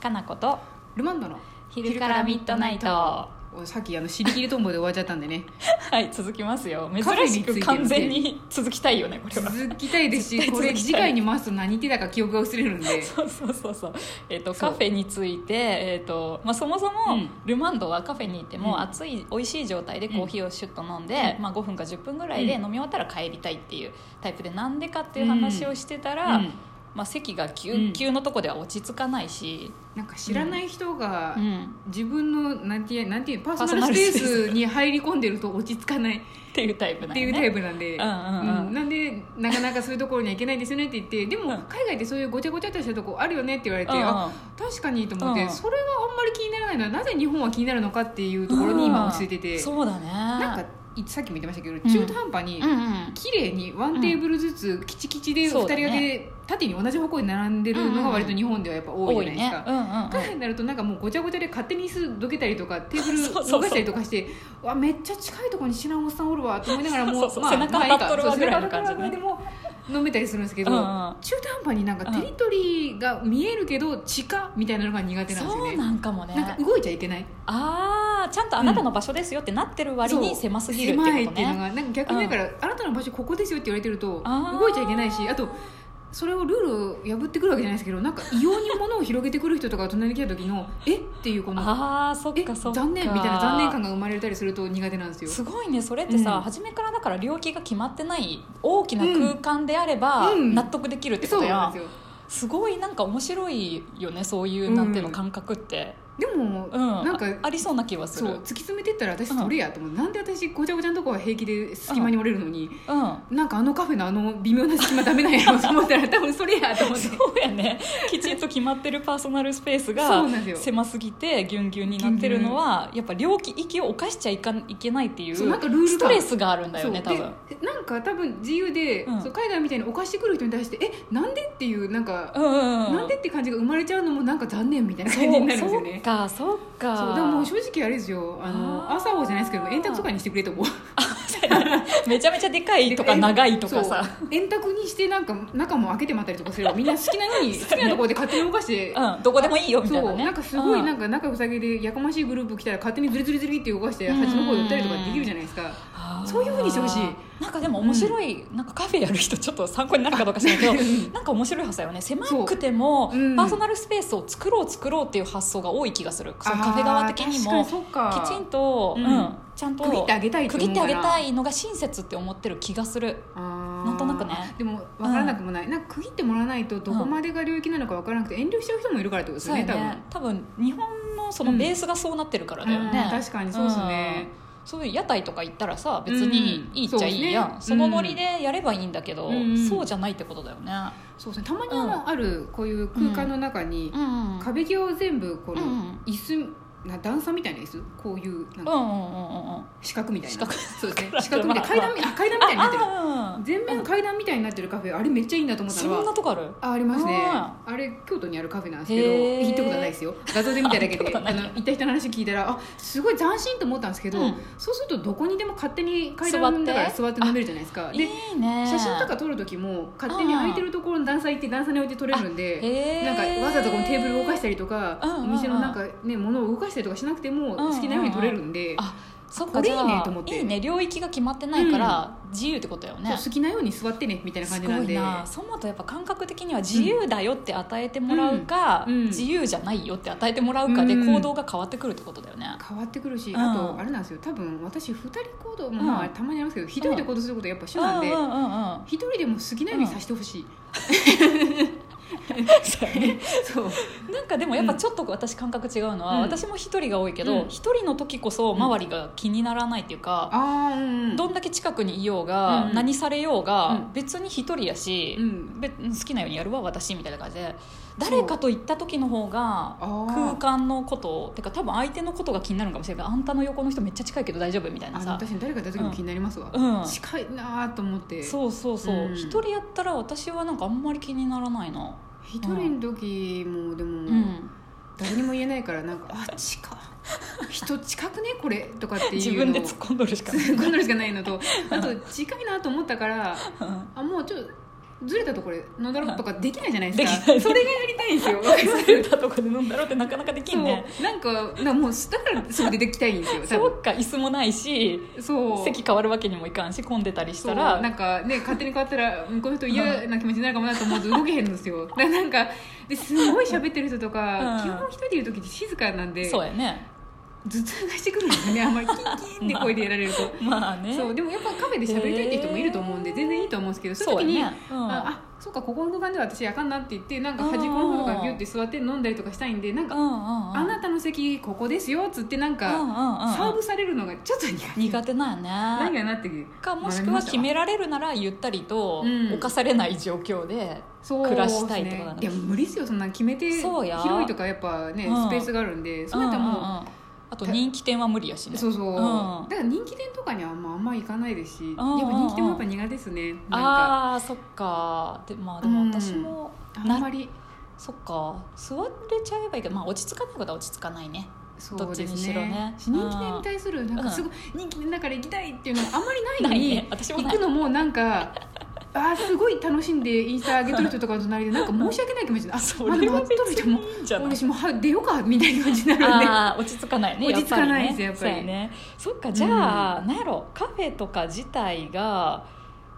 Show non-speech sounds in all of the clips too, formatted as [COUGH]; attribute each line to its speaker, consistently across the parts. Speaker 1: かなこと
Speaker 2: ルマンドの
Speaker 1: 昼からミッドナイト
Speaker 2: おさっきあの尻切りトンボで終わっちゃったんでね
Speaker 1: はい続きますよ
Speaker 2: カフ
Speaker 1: 珍
Speaker 2: ェについ
Speaker 1: して
Speaker 2: る
Speaker 1: く
Speaker 2: ね
Speaker 1: 完全に続きたいよねこれは
Speaker 2: 続きたいです
Speaker 1: 絶対
Speaker 2: しこ
Speaker 1: 続きたい
Speaker 2: れ次回に回すと何言ってたか記憶が薄れるんで
Speaker 1: そうそうそうそう、えっと
Speaker 2: そう
Speaker 1: カフェについて、えっとまあ、そもそも
Speaker 2: うん
Speaker 1: ルマンドはカフェに行って
Speaker 2: うん
Speaker 1: も熱い美味しい状態でコーヒーをシュッと飲んで、
Speaker 2: う
Speaker 1: まあ、5分か10分ぐらいで
Speaker 2: う
Speaker 1: 飲
Speaker 2: ん
Speaker 1: み終わったら帰りたいっていうタイプでなんでかっていう話をしてたら、
Speaker 2: うん
Speaker 1: まあ、席が急急のとこでは落ち着かないし、
Speaker 2: なんか知らない人が
Speaker 1: うん
Speaker 2: 自分のなんていうなんていうパーソ
Speaker 1: パーソナ
Speaker 2: ナ
Speaker 1: ル
Speaker 2: ル
Speaker 1: スペー
Speaker 2: ス
Speaker 1: ス
Speaker 2: ペースに入り込んでると落ち着かない
Speaker 1: っていうタイプ
Speaker 2: っ
Speaker 1: なん
Speaker 2: て
Speaker 1: よ
Speaker 2: いう
Speaker 1: ね
Speaker 2: タイプなんで、
Speaker 1: うんうんうん
Speaker 2: うんなんでなかなかそういうところには行けないですよねって言ってでも
Speaker 1: うん
Speaker 2: 海外ってそういうごちゃごちゃっとしたとこあるよねって言われて、
Speaker 1: うんうん
Speaker 2: あ確かにと思って、
Speaker 1: うん
Speaker 2: それがあんまり気にならないのはなぜ日本は気になるのかっていうところに今落ち着いてて、
Speaker 1: そうだね
Speaker 2: なんかいさっきも言ってましたけど中途半端に
Speaker 1: うんうん
Speaker 2: 綺麗にワンテーブルずつきちきちで2人
Speaker 1: そうだ
Speaker 2: 掛
Speaker 1: ね
Speaker 2: けで縦に同じ方向に並んでるのが割と日本ではやっぱ多いじ
Speaker 1: 多
Speaker 2: ゃないいです
Speaker 1: ね
Speaker 2: か。
Speaker 1: うんうんうん
Speaker 2: 海外になるとなんかもうごちゃごちゃで勝手に椅子どけたりとかテーブ
Speaker 1: [LAUGHS]
Speaker 2: ル
Speaker 1: そうそうそう
Speaker 2: 動かしたりとかしてわめっちゃ近いところに知らんおっさんおるわと思いながらも
Speaker 1: そうそうそう背中
Speaker 2: まあいい
Speaker 1: 当たっとるわぐらいの感じね
Speaker 2: そう背中当たっとるわぐらいでも飲めたりするんですけど、
Speaker 1: うんうん
Speaker 2: 中途半端になんかテリトリーが見えるけど地下みたいなのが苦手なんですよ
Speaker 1: そう
Speaker 2: ね
Speaker 1: なんかもね
Speaker 2: なんか動いちゃいけない
Speaker 1: ああちゃんとあなたの場所ですよってなってる割
Speaker 2: そ
Speaker 1: に
Speaker 2: う
Speaker 1: 狭すぎるって
Speaker 2: 狭い
Speaker 1: こ
Speaker 2: っ
Speaker 1: と
Speaker 2: ていうの
Speaker 1: ね
Speaker 2: がなんか逆にだから、あなたの場所ここですよって言われてると
Speaker 1: あー
Speaker 2: 動いちゃいけないしあとそれをルールを破ってくるわけじゃないですけどなんか異様に物を広げてくる人とかが隣に来た時の「えっ?」ていうこの
Speaker 1: ああそっ
Speaker 2: え
Speaker 1: かそっか
Speaker 2: 残念みたいな残念感が生まれたりすると苦手なんですよ
Speaker 1: すごいねそれってさ、
Speaker 2: うん
Speaker 1: 初めからだから領域が決まってない大きな空間であれば
Speaker 2: うん
Speaker 1: 納得できるってこ
Speaker 2: そう
Speaker 1: と
Speaker 2: な
Speaker 1: や、
Speaker 2: んですよ
Speaker 1: すごいなんか面白いよねそういうなんていうの感覚って、
Speaker 2: でも、
Speaker 1: うん
Speaker 2: なんか
Speaker 1: あありそうな気はす
Speaker 2: そう
Speaker 1: る
Speaker 2: 突き詰めてったら私それやと思う、なんで私ごちゃごちゃのとこは平気で隙間に折れるのに、
Speaker 1: うん
Speaker 2: なんかあのカフェのあの微妙な隙間ダメなんやろと思ったら多分 [LAUGHS] それやと思って
Speaker 1: [LAUGHS] そうやねきちんと決まってるパーソナルスペース
Speaker 2: そ
Speaker 1: が
Speaker 2: うなんですよ
Speaker 1: 狭すぎてギュンギュンになってるのはやっぱ領域域を犯しちゃいかいけないっていう
Speaker 2: そうなんかルールが
Speaker 1: ストレスがあるんだよ
Speaker 2: そう
Speaker 1: ね
Speaker 2: で
Speaker 1: 多分
Speaker 2: なんか多分自由で、
Speaker 1: うん
Speaker 2: そう海外みたいに犯してくる人に対してえなんでっていうなんか、
Speaker 1: うんうんうん
Speaker 2: なんでって感じが生まれちゃうのもなんか残念みたいな
Speaker 1: そ
Speaker 2: 感じに
Speaker 1: う
Speaker 2: なるんです
Speaker 1: そ
Speaker 2: よ
Speaker 1: っ
Speaker 2: ね
Speaker 1: かそっか
Speaker 2: そうだからもう正直あれですよあの
Speaker 1: あー
Speaker 2: 朝王じゃないですけど円卓とかにしてくれと思う
Speaker 1: めちゃめちゃでかいとか [LAUGHS] 長いとかさ
Speaker 2: そう円卓にしてなんか中も開けてまったりとかすればみんな好きなよ
Speaker 1: [LAUGHS]
Speaker 2: うに好きなところで勝手に動かして
Speaker 1: うん、どこでもいいよみた
Speaker 2: そ
Speaker 1: いな
Speaker 2: う
Speaker 1: ね
Speaker 2: なんかすごいなん
Speaker 1: か、
Speaker 2: か仲良さげでやかましいグループ来たら勝手にズリズリズリって動かして端の方寄ったりとかできるじゃないですか
Speaker 1: あー
Speaker 2: そういう風にしてほしい
Speaker 1: なんかでも面白い、なんかカフェやる人ちょっと参考になるかどうかしないけど
Speaker 2: [LAUGHS]
Speaker 1: なんか面白い発想よね狭くても、
Speaker 2: そううん
Speaker 1: パーソナルスペースを作ろう作ろうっていう発想が多い気がするその
Speaker 2: あー
Speaker 1: カフェ側的にも
Speaker 2: 確かにそっか
Speaker 1: きちんと、う
Speaker 2: うんん
Speaker 1: ちゃんと
Speaker 2: 区切ってあげたいって
Speaker 1: 区
Speaker 2: 思
Speaker 1: 切っ
Speaker 2: う
Speaker 1: て
Speaker 2: か
Speaker 1: あげ
Speaker 2: ら
Speaker 1: たいのが親切って思ってる気がするな
Speaker 2: なん
Speaker 1: となくね
Speaker 2: でも分からなくもない、なんか区切ってもらわないとどこまでが領域なのか分からなくて遠慮しちゃう人もいるからってことです
Speaker 1: そう
Speaker 2: よね
Speaker 1: やね多分日本のそのベースがそうなってるからだよね、
Speaker 2: うん確かにそうっすね
Speaker 1: うんそういう屋台とか行ったらさ別にいいっちゃいいやん、
Speaker 2: うん
Speaker 1: そ
Speaker 2: そうっすね
Speaker 1: のノリでやればいいんだけど、
Speaker 2: うん
Speaker 1: そうじゃないってことだよね、
Speaker 2: 多分そうですねたまにあの、あるこういう空間の中に、
Speaker 1: うんうん、うん
Speaker 2: 壁際を全部この
Speaker 1: うんうん
Speaker 2: 椅子、な段差みたいな椅子こういうなん
Speaker 1: うん
Speaker 2: か
Speaker 1: うんうん
Speaker 2: 四角みたい
Speaker 1: [LAUGHS]
Speaker 2: な
Speaker 1: 四角
Speaker 2: そうですね
Speaker 1: まあ
Speaker 2: 四角みたいな階段みあ階段みたいになってる
Speaker 1: ああうん
Speaker 2: 全面階段みたいになってるカフェあれめっちゃいいなと思った
Speaker 1: そ
Speaker 2: の
Speaker 1: ん
Speaker 2: は
Speaker 1: なとこある
Speaker 2: あありますね
Speaker 1: あ
Speaker 2: あれ京都にあるカフェなんです
Speaker 1: へ
Speaker 2: け
Speaker 1: ー
Speaker 2: ど行ったことはないですよ画像で見ただけ
Speaker 1: [LAUGHS] 行っ
Speaker 2: で
Speaker 1: た
Speaker 2: あ
Speaker 1: ことない
Speaker 2: の行った人の話聞いたらあすごい斬新と思ったんですけど、
Speaker 1: うん
Speaker 2: そうするとどこにでも勝手に階
Speaker 1: 座って
Speaker 2: 段だから座って飲めるじゃないですか
Speaker 1: い
Speaker 2: で
Speaker 1: いね
Speaker 2: 写真とか撮る時も勝手に空いてるところの段差行って段差に置いて撮れるんで
Speaker 1: へえ
Speaker 2: なんかわざとこのテーブル動かしたりとか
Speaker 1: うんうんうん
Speaker 2: お店のなんかね物を動かしたりとかしなくても
Speaker 1: うんうん
Speaker 2: 好きなように撮れるんで
Speaker 1: あそっか
Speaker 2: これいいね
Speaker 1: じゃあ
Speaker 2: と思って
Speaker 1: いいね領域が決まってないから自由ってことだよね、
Speaker 2: そう好きなように座ってねみたいな感
Speaker 1: す
Speaker 2: じ
Speaker 1: ご
Speaker 2: なん
Speaker 1: い
Speaker 2: で
Speaker 1: なそもとやっぱ感覚的には自由だよって与えてもらうか、
Speaker 2: うんうん
Speaker 1: 自由じゃないよって与えてもらうかで
Speaker 2: うん
Speaker 1: 行動が変わってくるってことだよね、
Speaker 2: 変わってくるし、
Speaker 1: うん
Speaker 2: あとあれなんですよ多分私2人行動もま
Speaker 1: う
Speaker 2: あ
Speaker 1: ん
Speaker 2: たまにありますけど、一人で行動することやっぱ主なんで、
Speaker 1: うんうんうんうん
Speaker 2: 一人でも好きなようにさせてほしい、
Speaker 1: [LAUGHS] そうやね
Speaker 2: そう
Speaker 1: なんかでもやっぱちょっと私感覚違うのは、
Speaker 2: うん
Speaker 1: 私も一人が多いけど
Speaker 2: うん
Speaker 1: 一、人の時こそ周りが気にならないっていうか、
Speaker 2: ああうんうん
Speaker 1: どんだけ近くにいようが、
Speaker 2: うん
Speaker 1: 何されようが、
Speaker 2: うん
Speaker 1: 別に一人やし、
Speaker 2: うん
Speaker 1: 別好きなようにやるわ私みたいな感じで誰かと行った時の方が
Speaker 2: あー
Speaker 1: 空間のことてか多分相手のことが気になるかもしれないからあんたの横の人めっちゃ近いけど大丈夫みたいな
Speaker 2: あの
Speaker 1: さ
Speaker 2: 確かに誰か出た時も気になりますわ、
Speaker 1: うん
Speaker 2: 近いなーと思って
Speaker 1: そうそうそう
Speaker 2: うん
Speaker 1: 一、人やったら私はなんかあんまり気にならないな
Speaker 2: 一人の時もでも、
Speaker 1: うん、
Speaker 2: 誰にも言えないからなんか「あ近っ人近くねこれ」とかって
Speaker 1: 自
Speaker 2: いう
Speaker 1: 分で
Speaker 2: の
Speaker 1: [LAUGHS]
Speaker 2: を
Speaker 1: 突っ込んどるしかない
Speaker 2: 突っ込んでるしかないのとあと近いなと思ったから
Speaker 1: うん
Speaker 2: あもうちょっとずれたところで飲んだろうとかできないじゃないです
Speaker 1: できな
Speaker 2: か
Speaker 1: い
Speaker 2: それがやりたいんです
Speaker 1: [LAUGHS]
Speaker 2: よ
Speaker 1: 忘れたとこで飲んだろうってなかなかできんね
Speaker 2: そうなんかなんかもうだからすぐ出てきたいんですよ多
Speaker 1: そ
Speaker 2: 分
Speaker 1: うか椅子もないし
Speaker 2: そう
Speaker 1: 席変わるわけにもいかんし混んでたりし
Speaker 2: そ
Speaker 1: た
Speaker 2: う
Speaker 1: ら
Speaker 2: なんかね勝手に変わったら向こうの人嫌な気持ちになるかもなと思うと動けへんですよ [LAUGHS] だからなんかですごい喋ってる人とか、
Speaker 1: うん
Speaker 2: 基本一人いる時って静かなんで
Speaker 1: そう
Speaker 2: 頭
Speaker 1: やね
Speaker 2: 痛がしてくるんですよねあんまりキンキンって声でやられると、
Speaker 1: まあね
Speaker 2: そうでもやっぱカフェで喋りたいって人もいると思うんで、
Speaker 1: へー
Speaker 2: 全然いいと思うんですけどそう
Speaker 1: そ
Speaker 2: いうう時
Speaker 1: や
Speaker 2: に、
Speaker 1: ね、うん
Speaker 2: ああそうかここの空間では私あかんなって言ってなんか端っこの方とかビュって座って飲んだりとかしたいんでなん
Speaker 1: う
Speaker 2: か、
Speaker 1: んうんうん
Speaker 2: あなたの席ここですよっつってなんか、
Speaker 1: うんうんうんうん
Speaker 2: サーブされるのがちょっと苦手
Speaker 1: 苦手なんや
Speaker 2: 何
Speaker 1: ね
Speaker 2: やなってきて
Speaker 1: かもしくは決められるならゆったりと
Speaker 2: うん
Speaker 1: 犯されない状況で、
Speaker 2: そう
Speaker 1: 暮らしたいってことなん
Speaker 2: で
Speaker 1: です
Speaker 2: ねいや無理ですよそんな決めて
Speaker 1: そうや
Speaker 2: 広いとかやっぱね、
Speaker 1: うん
Speaker 2: スペースがあるんでそれやったら
Speaker 1: んんん
Speaker 2: もう、
Speaker 1: あと人気店は無理やしね
Speaker 2: そうそう、
Speaker 1: ん
Speaker 2: だから人気店とかにはあんまあんま行かないですし、
Speaker 1: んうん
Speaker 2: やっぱ人気店もやっぱ苦手ですねなんか
Speaker 1: ああそっかで,、まあ、でも私も、
Speaker 2: あんまり
Speaker 1: そっか座れちゃえばいいけど、まあ、落ち着かないことは落ち着かないね
Speaker 2: そ
Speaker 1: ど
Speaker 2: う
Speaker 1: っち
Speaker 2: です
Speaker 1: に
Speaker 2: ね
Speaker 1: しろね
Speaker 2: 人気店に対するなんかすごい、人気店だから行きたいっていうのがあんまりないの
Speaker 1: ない
Speaker 2: に
Speaker 1: ね私も
Speaker 2: 行
Speaker 1: ない
Speaker 2: くのもなんかあーすごい楽しんでインスタ上げとる人とかの隣でなんか申し訳ない気持ちになるあ
Speaker 1: [LAUGHS] そ
Speaker 2: あ
Speaker 1: れ
Speaker 2: でも
Speaker 1: は
Speaker 2: 会っとる
Speaker 1: 別
Speaker 2: 人も
Speaker 1: にいいんじゃない
Speaker 2: 私もうは出ようかみたいな気持ちになるんで
Speaker 1: あー落ち着かないね
Speaker 2: 落ち着かないですよ
Speaker 1: ね
Speaker 2: やっぱり
Speaker 1: そうやねそっかじゃあ、なんやろカフェとか自体が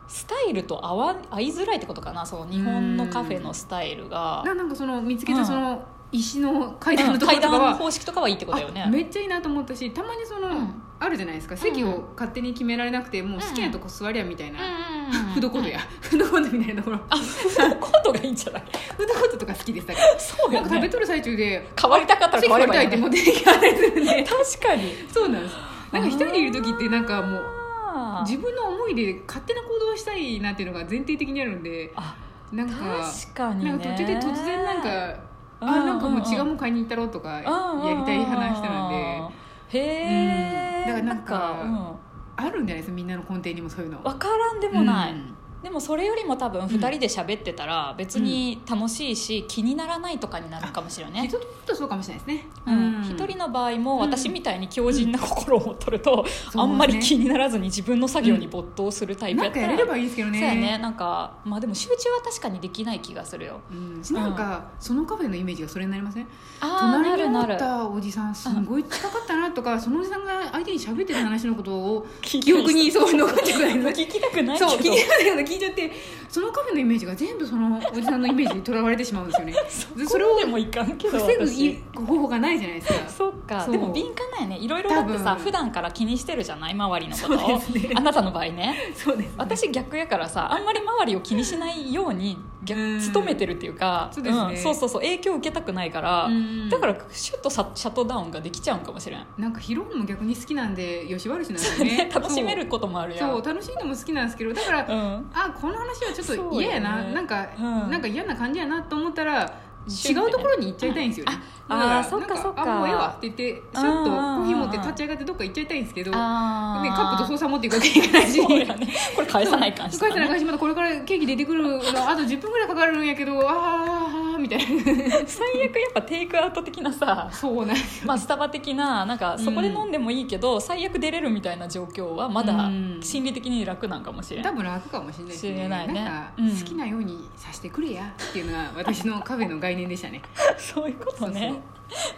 Speaker 1: スタイルと合わ合いづらいってことかなその日本のカフェのスタイルが、
Speaker 2: ななんかその見つけ
Speaker 1: う
Speaker 2: た
Speaker 1: ん
Speaker 2: その石の階段
Speaker 1: う
Speaker 2: の
Speaker 1: ん
Speaker 2: ところ
Speaker 1: 階
Speaker 2: とかは
Speaker 1: 段、方式とかはいいってことだよ
Speaker 2: あ
Speaker 1: ね
Speaker 2: めっちゃいいなと思ったしたまにその、
Speaker 1: うん
Speaker 2: あるじゃないですか席を勝手に決められなくてもう好きなとこ座りゃみたいな、フードコートや、フードコートみたいなところ
Speaker 1: あフードコートがいいんじゃない
Speaker 2: フードコートとか好きでしたから
Speaker 1: そう
Speaker 2: な
Speaker 1: よ
Speaker 2: んか食べ
Speaker 1: ね
Speaker 2: とる最中で
Speaker 1: 変わりたかったら
Speaker 2: 席
Speaker 1: 変われば
Speaker 2: 取りた
Speaker 1: い
Speaker 2: い
Speaker 1: い、
Speaker 2: って
Speaker 1: ね、
Speaker 2: もう出てきたりするんで
Speaker 1: 確かに
Speaker 2: そうなんですなんか一人でいる時ってなんかもう
Speaker 1: あー
Speaker 2: 自分の思いで勝手な行動をしたいなっていうのが前提的にあるんで
Speaker 1: あ
Speaker 2: なんか
Speaker 1: 確かに、ね、
Speaker 2: なんか途中で突然なんかあ
Speaker 1: うんうんうん
Speaker 2: なんかもう違うもん買いに行ったろうとかやりたい派な人なんで
Speaker 1: でへえ、
Speaker 2: うんだからなんか
Speaker 1: うん
Speaker 2: あるんじゃないですかみんなの根底にもそういうの。
Speaker 1: 分からんでもない、
Speaker 2: うん
Speaker 1: でもそれよりも多分
Speaker 2: ん
Speaker 1: 2人で喋ってたら別に楽しいし、気にならないとかになるかもしれないね
Speaker 2: 人と会うとそうかもしれないですね。
Speaker 1: 一、うん、一人の場合も
Speaker 2: うん
Speaker 1: 私みたいに強靭な心を持っとると、あんまり気
Speaker 2: に
Speaker 1: にならずに自分の作業に没頭するタイプ
Speaker 2: な
Speaker 1: や
Speaker 2: ん
Speaker 1: っ
Speaker 2: か
Speaker 1: た
Speaker 2: や
Speaker 1: ら、
Speaker 2: れればいいですけど
Speaker 1: そう
Speaker 2: ね。
Speaker 1: やねなんかまあでも集中は確かにできない気がするよ
Speaker 2: うん。なんかそのカフェのイメージがそれになりません。
Speaker 1: ああな
Speaker 2: 隣
Speaker 1: る
Speaker 2: にお
Speaker 1: な
Speaker 2: っ
Speaker 1: る
Speaker 2: たおじさんすごい近かったなとか、そのおじさんが相手に喋ってる話のことを
Speaker 1: 聞いたり
Speaker 2: 記憶にすごい残ってくるんですね。
Speaker 1: 聞きたく [LAUGHS] ないけ
Speaker 2: そ
Speaker 1: ど
Speaker 2: う聞いてたけど聞いちゃってそのカフェのイメージが全部そのおじさんのイメージにとらわれてしまうんですよねで
Speaker 1: そ
Speaker 2: そ
Speaker 1: れ
Speaker 2: れを
Speaker 1: でもいか [LAUGHS] んけど
Speaker 2: 防ぐ
Speaker 1: 私
Speaker 2: い方法がないじゃないですか
Speaker 1: そっか
Speaker 2: そう
Speaker 1: でも敏感なんやねいろいろだって
Speaker 2: 多
Speaker 1: さ
Speaker 2: 分
Speaker 1: 普段から気にしてるじゃない周りのこと
Speaker 2: そう
Speaker 1: を、
Speaker 2: ですね
Speaker 1: あなたの場合ね
Speaker 2: そうです
Speaker 1: 私逆やからさあんまり周りを気にしないように逆
Speaker 2: うん
Speaker 1: 努めてるっていうか
Speaker 2: そうですね
Speaker 1: んそうそうそう影響を受けたくないから
Speaker 2: うん
Speaker 1: だからシュッとさシャットダウンができちゃうんかもしれん、
Speaker 2: なんか拾うのも逆に好きなんでよし悪しなんですよ
Speaker 1: ね [LAUGHS]
Speaker 2: ね [LAUGHS]
Speaker 1: 楽しめることもあるやん
Speaker 2: そうそう楽しいのも好きなんですけどだから、
Speaker 1: うん
Speaker 2: あこの話はちょっと嫌や
Speaker 1: そう
Speaker 2: な、
Speaker 1: よね
Speaker 2: なんか、
Speaker 1: うん
Speaker 2: なんか嫌な感じやなと思ったら
Speaker 1: シュン
Speaker 2: 違
Speaker 1: ってね
Speaker 2: うところに行っちゃいたいんですよね、
Speaker 1: うんあ
Speaker 2: だら
Speaker 1: あーそっか
Speaker 2: なん
Speaker 1: そっか
Speaker 2: あもうええわって言ってシャッとコーヒー持って立ち上がってどっか行っちゃいたいんですけど、ね、カ
Speaker 1: あー
Speaker 2: ップと操作持っていくわけにいかないし
Speaker 1: そうやねこれ返さない感じ
Speaker 2: 返さない返しまだこれからケーキ出てくるのあと10分ぐらいかかるんやけどああみたいな
Speaker 1: 最悪やっぱテイクアウト的な [LAUGHS] さ
Speaker 2: そうなんです
Speaker 1: まあ、スタバ的ななんかそこで飲んでもいいけど、最悪出れるみたいな状況はまだ
Speaker 2: うん
Speaker 1: 心理的に楽なんかもしれな
Speaker 2: 多
Speaker 1: い、
Speaker 2: 分楽かもしれないです
Speaker 1: 知れ
Speaker 2: ね
Speaker 1: ないね
Speaker 2: んか
Speaker 1: うん
Speaker 2: 好きなようにさせてくれやっていうのが私のカフェの概念でしたね
Speaker 1: そういうことね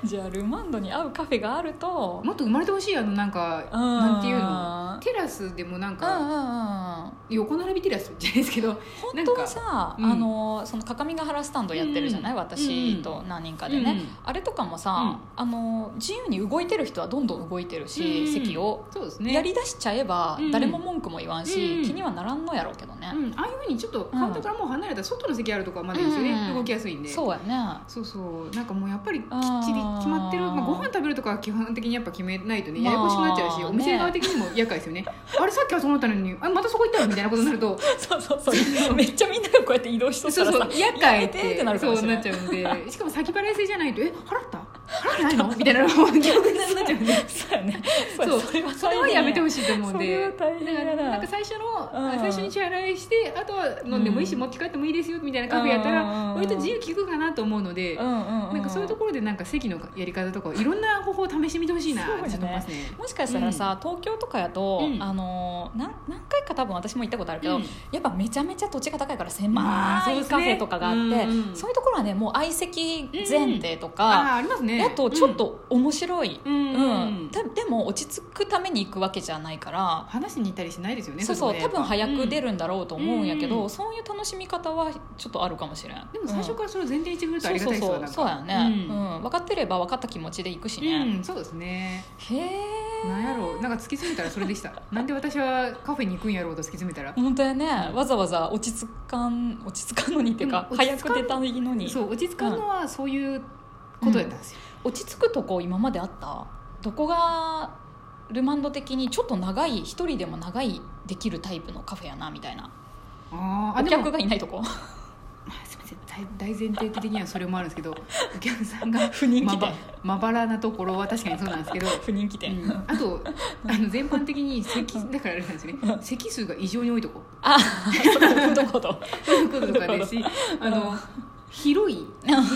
Speaker 1: じゃあルマンドに合うカフェがあると
Speaker 2: もっと生まれてほしいあのなんか
Speaker 1: うん
Speaker 2: なんていうのテラスでもなん
Speaker 1: うんうんうん
Speaker 2: か横並びテラスじゃないですけど
Speaker 1: 本当はさ、
Speaker 2: うん
Speaker 1: あのその各務原スタンドやってるじゃない、
Speaker 2: うん
Speaker 1: 私と何人かでね、
Speaker 2: うん
Speaker 1: あれとかもさ、あの自由に動いてる人はどんどん動いてるし、
Speaker 2: うん
Speaker 1: 席を
Speaker 2: そうですね
Speaker 1: やりだしちゃえば
Speaker 2: うん
Speaker 1: 誰も文句も言わんし、
Speaker 2: うん
Speaker 1: 気にはならんのやろうけどね、
Speaker 2: うん、ああいうふうにちょっとカウンターからもう離れた外の席あるとかまでいいですよ
Speaker 1: うん
Speaker 2: ね、
Speaker 1: うん
Speaker 2: 動きやすいんで
Speaker 1: そうや
Speaker 2: [LAUGHS]
Speaker 1: ね
Speaker 2: そうそうなんかもうやっぱりきっちり
Speaker 1: あ
Speaker 2: 決
Speaker 1: ー
Speaker 2: まってるまあ、ご飯食べるとかは基本的にやっぱ決めないとね
Speaker 1: まあ
Speaker 2: ややこしくなっちゃうし、
Speaker 1: ね
Speaker 2: お店側的にも厄介ですよねあれさっきはそう思ったのにあまたそこ行ったのみたいなことになると
Speaker 1: そうそうそう [LAUGHS] めっちゃみんながこうやって移動しと
Speaker 2: そう
Speaker 1: った
Speaker 2: そう
Speaker 1: らさ
Speaker 2: 厄介
Speaker 1: や
Speaker 2: っ
Speaker 1: めて
Speaker 2: て
Speaker 1: ってなるかも
Speaker 2: そ
Speaker 1: し
Speaker 2: う
Speaker 1: れ
Speaker 2: な
Speaker 1: な [LAUGHS] い
Speaker 2: っちゃうんでしかも先払い制じゃないとえ払った払高くないのみたいなのも記憶になっちゃうん
Speaker 1: [LAUGHS]
Speaker 2: で
Speaker 1: そうやね
Speaker 2: そ
Speaker 1: そう
Speaker 2: う
Speaker 1: それは
Speaker 2: それはやめてほしいと思うん
Speaker 1: それ
Speaker 2: で
Speaker 1: は大変やな
Speaker 2: だからなんか最初の
Speaker 1: うん
Speaker 2: 最初に支払いしてあとは飲んでもいいし、
Speaker 1: うん
Speaker 2: 持って帰ってもいいですよみたいなカフェやった
Speaker 1: うんうんうんう
Speaker 2: ら
Speaker 1: ん
Speaker 2: 割と自由聞くかなと思うので、
Speaker 1: うんうんうん、
Speaker 2: なんかそういうところでなんか席のやり方とかいろんな方法を試してみてほしいな
Speaker 1: そうよ
Speaker 2: っ
Speaker 1: ね
Speaker 2: て思いますね。
Speaker 1: もしかしたらさ、東京とかやと、
Speaker 2: うん
Speaker 1: あのーなん何回か多分私も行ったことあるけど、
Speaker 2: うん
Speaker 1: やっぱめちゃめちゃ土地が高いから
Speaker 2: ま
Speaker 1: 狭
Speaker 2: あそう
Speaker 1: い
Speaker 2: ですね
Speaker 1: カフェとかがあって、
Speaker 2: うんうん
Speaker 1: そういうところはねもう相席前提と
Speaker 2: あ
Speaker 1: か、
Speaker 2: あありますね。
Speaker 1: やとちょっと面白い、
Speaker 2: うん、うんうんうん
Speaker 1: たでも落ち着くために行くわけじゃないから、
Speaker 2: 話しに行ったりしないですよね。
Speaker 1: そうそう多分早く出
Speaker 2: る、
Speaker 1: るんだろうと思うんやけど、
Speaker 2: うん
Speaker 1: そういう楽しみ方はちょっとあるかもしれん
Speaker 2: うんでも最初
Speaker 1: うん
Speaker 2: からそれを前提にしてくれるとあ
Speaker 1: そう
Speaker 2: り
Speaker 1: そ
Speaker 2: がたいうです
Speaker 1: そ
Speaker 2: よ
Speaker 1: う
Speaker 2: なんか
Speaker 1: そうやね、
Speaker 2: う
Speaker 1: うんん分かってれば分かった気持ちで行くしね、
Speaker 2: うん、そうですね。
Speaker 1: へえ
Speaker 2: なんやろう、なんか突き詰めたらそれでした。
Speaker 1: [LAUGHS]
Speaker 2: なんで私はカフェに行くんやろうと突き詰めたら。
Speaker 1: 本当やね、わざわざ落ち着かん落ち着かんのにっていうか
Speaker 2: うん落ち
Speaker 1: 早
Speaker 2: 着かん
Speaker 1: く出たいのに
Speaker 2: そう、落ち着かんのはそういうことやったんですよ。
Speaker 1: 落ち着くとこ今まであったどこがルマンド的にちょっと長い一人でも長いできるタイプのカフェやなみたいな
Speaker 2: あーあ、
Speaker 1: お
Speaker 2: でも
Speaker 1: 客がいないとこ
Speaker 2: まあすみません大大前提的にはそれもあるんですけどお客さんが
Speaker 1: 不人
Speaker 2: ま
Speaker 1: 気
Speaker 2: ば
Speaker 1: 店
Speaker 2: まばらなところは確かにそうなんですけど、
Speaker 1: 不人気
Speaker 2: う
Speaker 1: 店、
Speaker 2: ん、
Speaker 1: [LAUGHS]
Speaker 2: あとあの全般的に席だからあれなんですね席数が異常に多いとこ
Speaker 1: ああどこどこ
Speaker 2: そういうこととかですしあの広い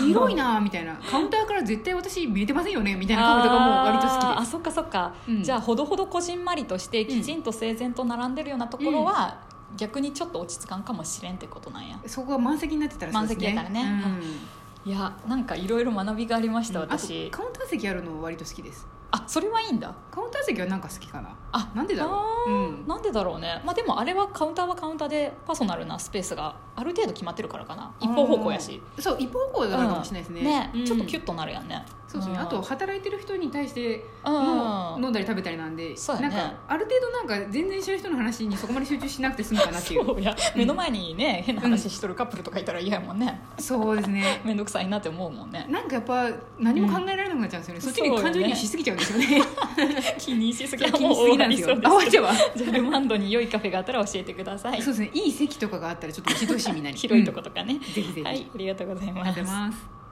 Speaker 2: 広いなーみたいなカウンターから絶対私見えてませんよねみたいなカフェとかも割と
Speaker 1: あー
Speaker 2: 好
Speaker 1: あ
Speaker 2: き
Speaker 1: そっかそっか、
Speaker 2: うん
Speaker 1: じゃあほどほどこじんまりとしてきちんと整然と並んでるようなところは、逆にちょっと落ち着かんかもしれんってことなんや
Speaker 2: ですそこが満席になってたらそうですね
Speaker 1: 満席やからねいやなんかいろいろ学びがありました
Speaker 2: うん、あと
Speaker 1: 私
Speaker 2: カウンター席あるの割と好きです
Speaker 1: あそれはいいんだ
Speaker 2: カウンター席はなんか好きかな
Speaker 1: あ
Speaker 2: なんでだろ
Speaker 1: あ
Speaker 2: う、
Speaker 1: ー
Speaker 2: うん、
Speaker 1: なんでだろうね、まあ、でもあれはカウンターはカウンターでパーソナルなスペースがある程度決まってるからかな一方方向やし
Speaker 2: うんそう一方方向だからかもしれないですね,うん、
Speaker 1: ね、ちょっとキュッとなるやんね
Speaker 2: そうですね、
Speaker 1: ん
Speaker 2: あと働いてる人に対して
Speaker 1: うん
Speaker 2: の飲んだり食べたりなんで、
Speaker 1: そうや
Speaker 2: なん
Speaker 1: ね
Speaker 2: かある程度なんか全然知らる人の話にそこまで集中しなくて済むかなってい
Speaker 1: [LAUGHS]
Speaker 2: う
Speaker 1: そうや目の前にね、変な話しとるカップルとかいたら嫌やもんね
Speaker 2: そうですね
Speaker 1: 面倒くさいなって思うもんね
Speaker 2: なんかやっぱ何も考えられなくなっちゃうんですよね、そっちに感情移入しすぎちゃうんですよね
Speaker 1: [LAUGHS] 気にしすぎ
Speaker 2: いや
Speaker 1: は
Speaker 2: 気
Speaker 1: もう
Speaker 2: にし
Speaker 1: 終
Speaker 2: すぎな
Speaker 1: わ
Speaker 2: んで
Speaker 1: り
Speaker 2: す
Speaker 1: そ
Speaker 2: よ
Speaker 1: う
Speaker 2: あ
Speaker 1: です
Speaker 2: 終わっちゃうわ
Speaker 1: じゃあルマンドに良いカフェがあったら教えてください
Speaker 2: そ
Speaker 1: [LAUGHS]
Speaker 2: うですねいい席とかがあったらちょっと教えてほしいみんなに
Speaker 1: 広いとことかね、
Speaker 2: うんぜひぜひ、
Speaker 1: は
Speaker 2: あり
Speaker 1: いありがとうござい
Speaker 2: がとう
Speaker 1: ま
Speaker 2: ござ
Speaker 1: す
Speaker 2: います